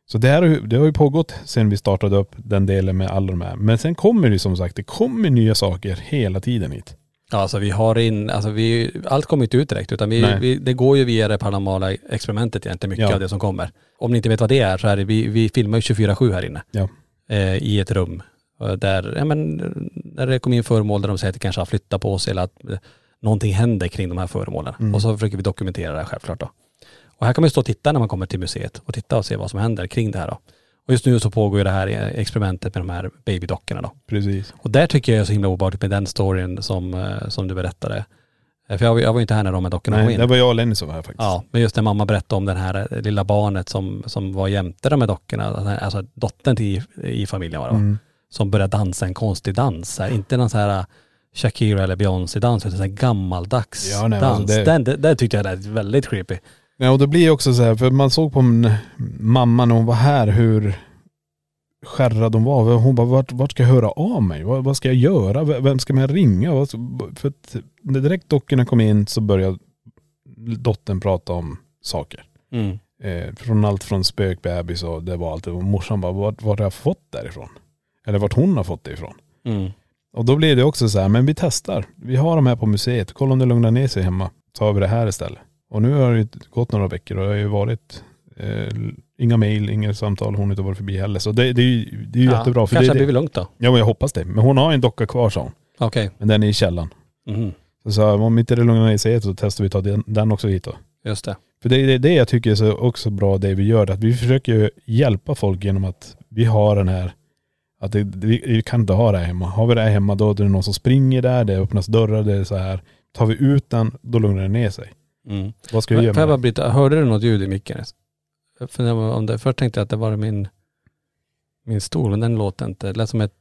Så det här har ju- det har ju pågått sedan vi startade upp den delen med alla de här. Men sen kommer det ju som sagt, det kommer nya saker hela tiden hit.
Ja, alltså vi har in, alltså vi, allt kommer inte ut direkt utan vi,
Nej.
vi, det går ju via det paranormala experimentet egentligen, mycket
Ja.
av det som kommer. Om ni inte vet vad det är så är det, vi, vi filmar ju 24-7 här inne.
Ja.
Eh, I ett rum eh, där, ja men, när det kommer in föremål där de säger att det kanske har flyttat på sig eller att eh, någonting händer kring de här föremålen.
Mm.
Och så försöker vi dokumentera det här självklart då. Och här kan man ju stå och titta när man kommer till museet och titta och se vad som händer kring det här då. Och just nu så pågår ju det här eh, experimentet med de här babydockorna då.
Precis.
Och där tycker jag är så himla obehagligt med den storyn som, eh, som du berättade. Eh, För jag, var- jag var ju inte här när de här dockorna kom
Nej,
in.
det var jag och Lenny som var här faktiskt.
Ja, men just när mamma berättade om det här eh, lilla barnet som, som var jämte de här dockorna, den här- alltså dottern till, i familjen var det va?
Mm.
Som började dansa en konstig dans, så här, inte någon så här eh, Shakira eller Beyoncé-dans, utan en gammaldags
Ja, nej, men
dans.
alltså det-
Den, det, det tyckte jag lät väldigt creepy.
Ja, och det blir ju också så här, för man såg på min mamma när hon var här hur skärrad hon var. Hon bara, vart, vart ska jag höra av mig? Vad, vad ska jag göra? V- Vem ska man ringa? Vad, för att när direkt dockorna kom in så började dottern prata om saker.
Mm.
Eh, från allt från spökbebis och det var allt. Och morsan bara, vart, vart har jag fått därifrån? Eller vart hon har fått det ifrån.
Mm.
Och då blir det också så här, men vi testar. Vi har de här på museet. Kolla om det lugnar ner sig hemma. Tar vi det här istället. Och nu har det ju gått några veckor och det har ju varit eh, inga mejl, inga samtal. Hon har inte varit förbi heller. Så det, det är ju, det är ju
Ja,
jättebra. För
kanske har
det,
blivit lugnt då.
Ja men jag hoppas det. Men hon har en docka kvar sa hon.
Okej.
Men den är i källaren.
Mhm.
Så sa jag, om inte det lugnar ner sig så testar vi att ta den, den också hit då.
Just det.
För det är det, det jag tycker är så också bra det vi gör, att vi försöker ju hjälpa folk genom att vi har den här, att det, det- vi, vi kan inte ha det här hemma. Har vi det här hemma då är det någon som springer där, det öppnas dörrar, det är så här. Tar vi ut den, då lugnar den ner sig.
Mm.
Vad ska vi göra
Får
med
jag bara
det?
bryta, hörde du något ljud i micken? Jag funderar Om det, först tänkte jag att det var min, min stol, men den låter inte. Det lät som ett,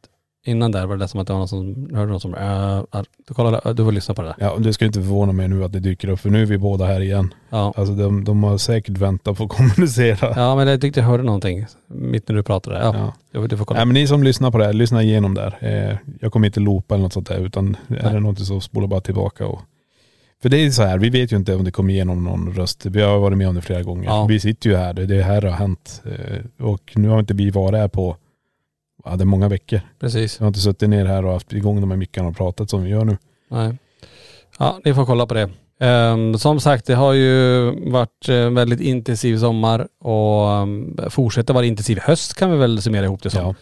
innan där var det lät som att det var någon som, hörde någon som, äh, äh, du kollar, du får lyssna på det där.
Ja, och det ska inte förvåna mig nu att det dyker upp, för nu är vi båda här igen.
Ja.
Alltså de, de har säkert väntat på att kommunicera.
Ja men jag tyckte jag hörde någonting mitt när du pratade. Ja,
Ja.
Du, du får kolla.
Nej men ni som lyssnar på det här, lyssna igenom där. Eh, jag kommer inte loopa eller något sånt där utan är det något så spola bara tillbaka och för det är så här, vi vet ju inte om det kommer igenom någon röst. Vi har varit med om det flera gånger.
Ja.
Vi sitter ju här, det, det här har hänt. Eh, Och nu har inte vi varit här på, ja det är många veckor.
Precis.
Vi har inte suttit ner här och haft igång de här mickarna och pratat som vi gör nu.
Nej. Ja, ni får kolla på det. Ehm, som sagt, det har ju varit eh, en väldigt intensiv sommar och um, fortsätter vara intensiv höst kan vi väl summera ihop det som.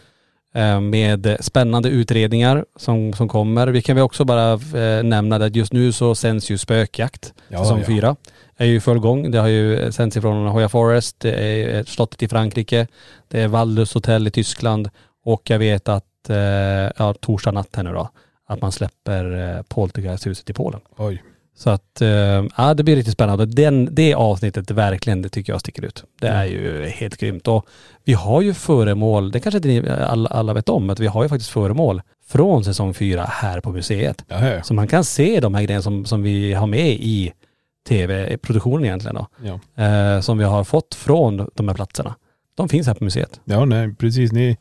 Ehm, med spännande utredningar som, som kommer. Vi kan väl också bara eh, nämna det att just nu så sänds ju Spökjakt,
Ja,
säsong
ja.
fyra. Är ju i full gång. Det har ju sänds ifrån Hoya Forest, det är eh, slottet i Frankrike, det är Valdus hotell i Tyskland och jag vet att, eh, ja torsdag natt här nu då, att man släpper eh, Poltergeisthuset i Polen.
Oj.
Så att, eh, ja det blir riktigt spännande. Den, det avsnittet verkligen, det tycker jag sticker ut. Det är ju helt grymt. Och vi har ju föremål, det kanske inte ni alla, alla vet om, att vi har ju faktiskt föremål från säsong fyra här på museet.
Jaha.
Så man kan se de här grejerna som, som vi har med i tv-produktionen egentligen då.
Ja.
Eh, som vi har fått från de här platserna. De finns här på museet.
Ja, nej, precis. Ni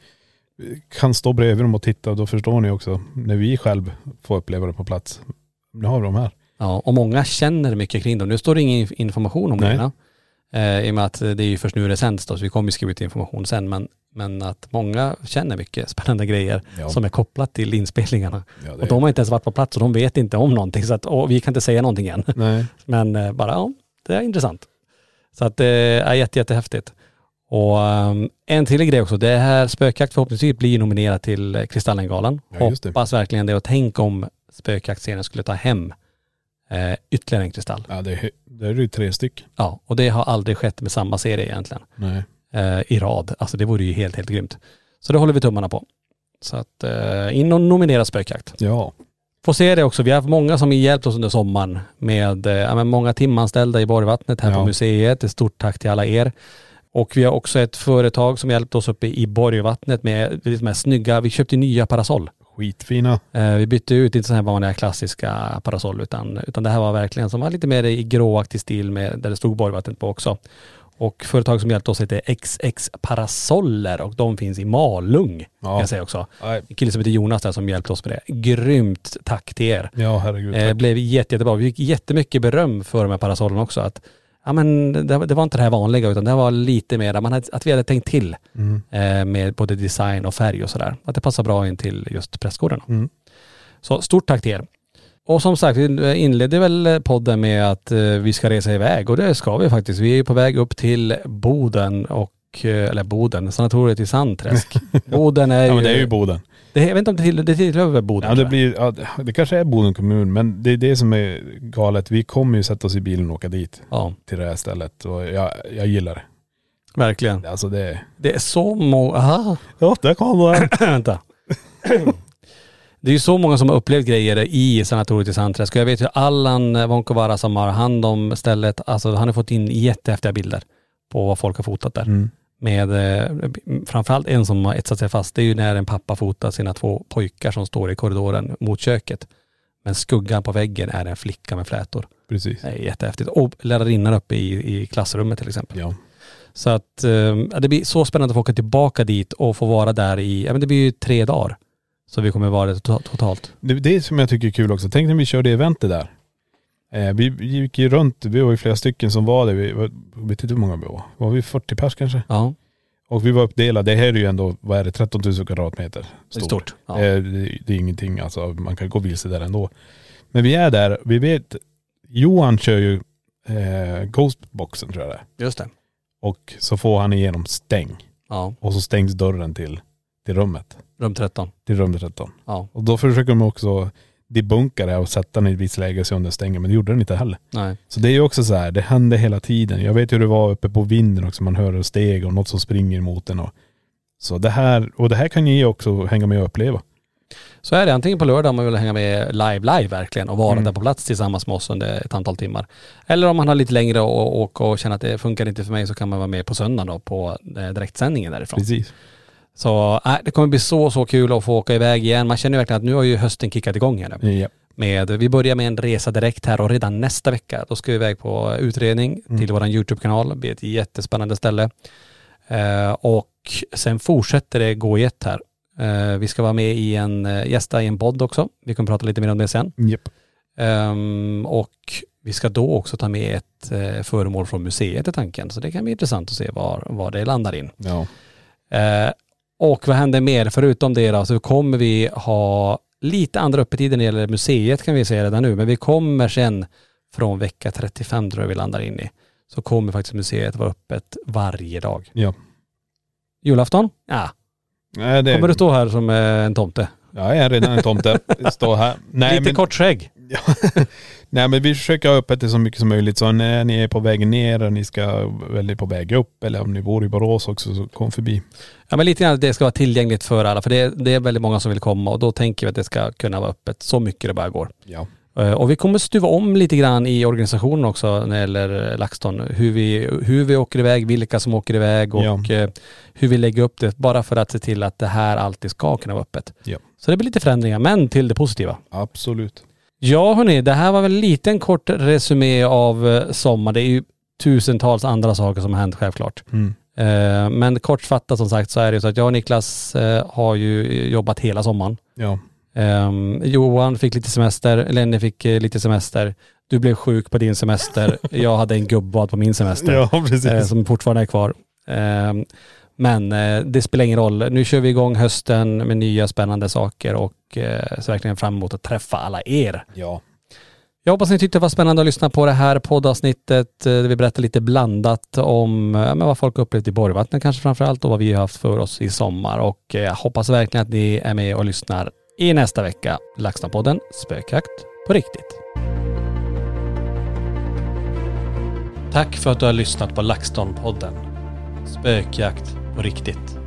kan stå bredvid dem och titta och då förstår ni också när vi själv får uppleva det på plats. Nu har vi dem här.
Ja, och många känner mycket kring dem. Nu står det ingen inf- information om
Nej.
grejerna. Eh, I och med att det är ju först nu det sänds då, så vi kommer ju skriva ut information sen. Men, men att många känner mycket spännande grejer
Ja.
som är kopplat till inspelningarna.
Ja, det
och de har inte ens varit på plats och de vet inte om någonting. Så att, och vi kan inte säga någonting än.
Nej.
Men eh, bara, ja, det är intressant. Så att det är jätte, jättehäftigt. Och ehm, en till grej också, det här Spökjakt förhoppningsvis blir nominerat till eh, Kristallengalan.
Ja, just det.
Hoppas verkligen det och tänk om Spökjaktsserien skulle ta hem eh, ytterligare en kristall.
Ja, det är, det är ju tre styck.
Ja, och det har aldrig skett med samma serie egentligen
Nej.
eh, i rad. Alltså det vore ju helt, helt grymt. Så det håller vi tummarna på. Så att eh, in och nominera Spökjakt.
Ja.
Får se det också. Vi har haft många som hjälpt oss under sommaren med eh, ja, men många timanställda i Borgvattnet här på
Ja.
museet. Ett stort tack till alla er. Och vi har också ett företag som hjälpt oss uppe i Borgvattnet med de här snygga, vi köpte nya parasoll.
Skitfina.
Eh, Vi bytte ut inte sådana här vanliga klassiska parasoll utan, utan det här var verkligen som var lite mer i gråaktig stil med, där det stod Borgvattnet på också. Och företag som hjälpt oss heter XX Parasoller och de finns i Malung. Kan jag säga också. En kille som heter Jonas där som hjälpte oss med det. Grymt tack till er.
Ja, herregud.
Eh, blev jätte, jättebra. Vi fick jättemycket beröm för de här parasollerna också. Att, ja, men det, det var inte det här vanliga utan det var lite mer man hade, att vi hade tänkt till
Mm.
eh, med både design och färg och sådär. Att det passar bra in till just prästgården.
Mm.
Så stort tack till er. Och som sagt, vi inledde väl podden med att eh, vi ska resa iväg och det ska vi faktiskt. Vi är ju på väg upp till Boden och, eh, eller Boden, sanatoriet i Sandträsk. Boden är
Ja,
ju...
men det är ju Boden.
Det, jag vet inte om det tillhör det tillhör Boden.
Ja, det,
tror jag.
blir, ja, det- det kanske är Boden kommun, men det är det som är galet. Vi kommer ju sätta oss i bilen och åka dit.
Ja.
Till det här stället. Och jag, jag gillar det.
Verkligen.
Alltså det...
Det är så många... aha.
Ja, där kom den.
Vänta. Det är ju så många som har upplevt grejer i sanatoriet i Sandträsk. Och Jag vet ju Allan Vonkavara som har hand om stället, alltså han har fått in jättehäftiga bilder på vad folk har fotat där.
Mm,
Med eh, framförallt en som har etsat sig fast, det är ju när en pappa fotar sina två pojkar som står i korridoren mot köket. Men skuggan på väggen är en flicka med flätor.
Precis.
Det är jättehäftigt. Och lärarinnan uppe i, i klassrummet till exempel.
Ja.
Så att eh, ja, det blir så spännande att få åka tillbaka dit och få vara där i, ja men det blir ju tre dagar. Så vi kommer vara där to- totalt.
Det, det är som jag tycker är kul också. Tänk när vi körde eventet där. Eh, vi vi gick ju runt, vi var ju flera stycken som var där. Vi var, jag vet inte hur många vi var. Var vi 40 pers kanske?
Ja.
Och vi var uppdelade. Det här är ju ändå, vad är det, 13 000 kvadratmeter
Det är stort, ja.
Eh, det, det är ingenting alltså, man kan gå vilse där ändå. Men vi är där, vi vet, Johan kör ju eh, Ghostboxen tror jag det är.
Just det.
Och så får han igenom stäng.
Ja.
Och så stängs dörren till, till rummet.
Rum 13.
Till rum 13.
Ja.
Och då försöker de också debunka det här och sätta den i ett visst läge och se om den stänger. Men det gjorde den inte heller.
Nej.
Så det är ju också så här, det händer hela tiden. Jag vet hur det var uppe på vinden också, man hör steg och något som springer mot en. Och, så det här, och det här kan ni också hänga med och uppleva.
Så är det antingen på lördag om man vill hänga med live, live verkligen och vara
Mm.
där på plats tillsammans med oss under ett antal timmar. Eller om man har lite längre och åka och känner att det funkar inte för mig så kan man vara med på söndagen då på eh, direktsändningen därifrån.
Precis.
Så äh, det kommer bli så, så kul att få åka iväg igen. Man känner ju verkligen att nu har ju hösten kickat igång här nu.
Ja.
med, vi börjar med en resa direkt här och redan nästa vecka då ska vi iväg på utredning
Mm.
till vår YouTube-kanal. Det blir ett jättespännande ställe. Eh, och sen fortsätter det gå i ett här. Eh, vi ska vara med i en, eh, gästa i en podd också. Vi kommer prata lite mer om det sen.
Japp.
Ehm, och vi ska då också ta med ett eh, föremål från museet i tanken. Så det kan bli intressant att se var, var det landar in.
Ja.
Eh, och vad händer mer? Förutom det då, så kommer vi ha lite andra öppettider när det gäller museet kan vi säga redan nu, men vi kommer sen från vecka 35 tror jag vi landar in i, så kommer faktiskt museet vara öppet varje dag.
Ja.
Julafton? Ja.
Nej, det,
Kommer du stå här som eh, en tomte?
Ja, jag är redan en tomte. Stå här. Nej,
lite
men,
kort skägg.
nej men vi försöker ha öppet det så mycket som möjligt. Så när ni är på väg ner och ni ska, eller på väg upp eller om ni bor i Borås också så kom förbi.
Ja men lite grann att det ska vara tillgängligt för alla, för det, det är väldigt många som vill komma och då tänker vi att det ska kunna vara öppet så mycket det bara går.
Ja.
Eh, Och vi kommer stuva om lite grann i organisationen också när det gäller eh, LaxTon. Hur vi, hur vi åker iväg, vilka som åker iväg och
Ja.
eh, hur vi lägger upp det. Bara för att se till att det här alltid ska kunna vara öppet.
Ja.
Så det blir lite förändringar, men till det positiva.
Absolut.
Ja hörni, det här var väl en liten kort resumé av eh, sommar. Det är ju tusentals andra saker som har hänt självklart.
Mm.
Eh, Men kortfattat som sagt så är det ju så att jag och Niklas eh, har ju jobbat hela sommaren.
Ja.
Ehm, Johan fick lite semester, Lenny fick eh, lite semester, du blev sjuk på din semester, jag hade en gubbad på min semester
Ja, precis.
eh, som fortfarande är kvar. Ehm, men eh, det spelar ingen roll, nu kör vi igång hösten med nya spännande saker och eh, ser verkligen fram emot att träffa alla er.
Ja.
Jag hoppas ni tyckte det var spännande att lyssna på det här poddavsnittet eh, där vi berättar lite blandat om eh, men vad folk har upplevt i Borgvattnet kanske framför allt och vad vi har haft för oss i sommar och eh, jag hoppas verkligen att ni är med och lyssnar i nästa vecka. LaxTon-podden, spökjakt på riktigt. Tack för att du har lyssnat på LaxTon-podden. Spökjakt på riktigt.